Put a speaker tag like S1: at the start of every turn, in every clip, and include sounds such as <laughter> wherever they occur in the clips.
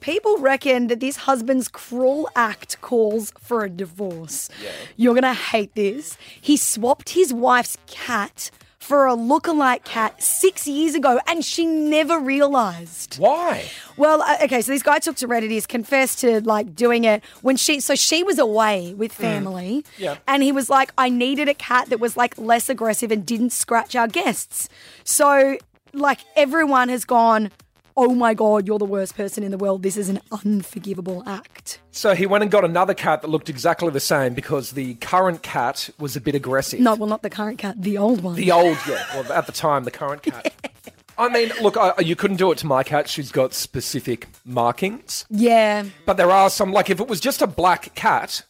S1: people reckon that this husband's cruel act calls for a divorce. You're going to hate this. He swapped his wife's cat for a lookalike cat six years ago and she never realized.
S2: Why?
S1: Well, uh, okay, so this guy took to Reddit. He's confessed to like doing it when she, so she was away with family.
S2: Mm. Yeah.
S1: And he was like, I needed a cat that was like less aggressive and didn't scratch our guests. So, like, everyone has gone, Oh my God, you're the worst person in the world. This is an unforgivable act.
S2: So he went and got another cat that looked exactly the same because the current cat was a bit aggressive.
S1: No, well, not the current cat, the old one.
S2: The old, yeah. Well, at the time, the current cat. I mean, look, I, you couldn't do it to my cat. She's got specific markings.
S1: yeah.
S2: But there are some, like, if it was just a black cat,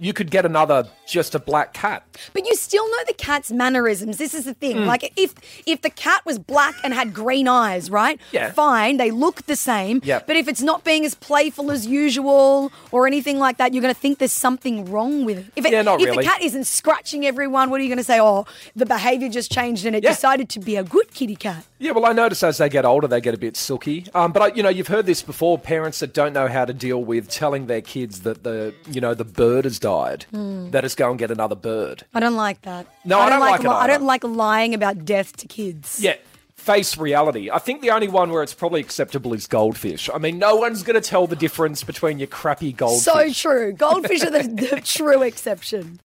S2: you could get another just a black cat.
S1: But you still know the cat's mannerisms. This is the thing.
S2: Hmm.
S1: Like if if the cat was black and had green eyes, right?
S2: Yeah.
S1: Fine, they look the same.
S2: Yeah.
S1: But if it's not being as playful as usual or anything like that, you're going to think there's something wrong with it. If it,
S2: Yeah, not
S1: if
S2: really.
S1: the cat isn't scratching everyone, what are you going to say? Oh, the behavior just changed and it
S2: Yeah.
S1: decided to be a good kitty cat.
S2: Yeah, well, I notice as they get older, they get a bit silky. Um, but I, you know, you've heard this before: parents that don't know how to deal with telling their kids that the, you know, the bird has died, they just go and get another bird.
S1: I don't like that.
S2: No, I don't like it
S1: li- I
S2: either.
S1: don't like lying about death to kids.
S2: Yeah, face reality. I think the only one where it's probably acceptable is goldfish. I mean, no one's going to tell the difference between your crappy goldfish. <laughs>
S1: So true. Goldfish are the, the true exception.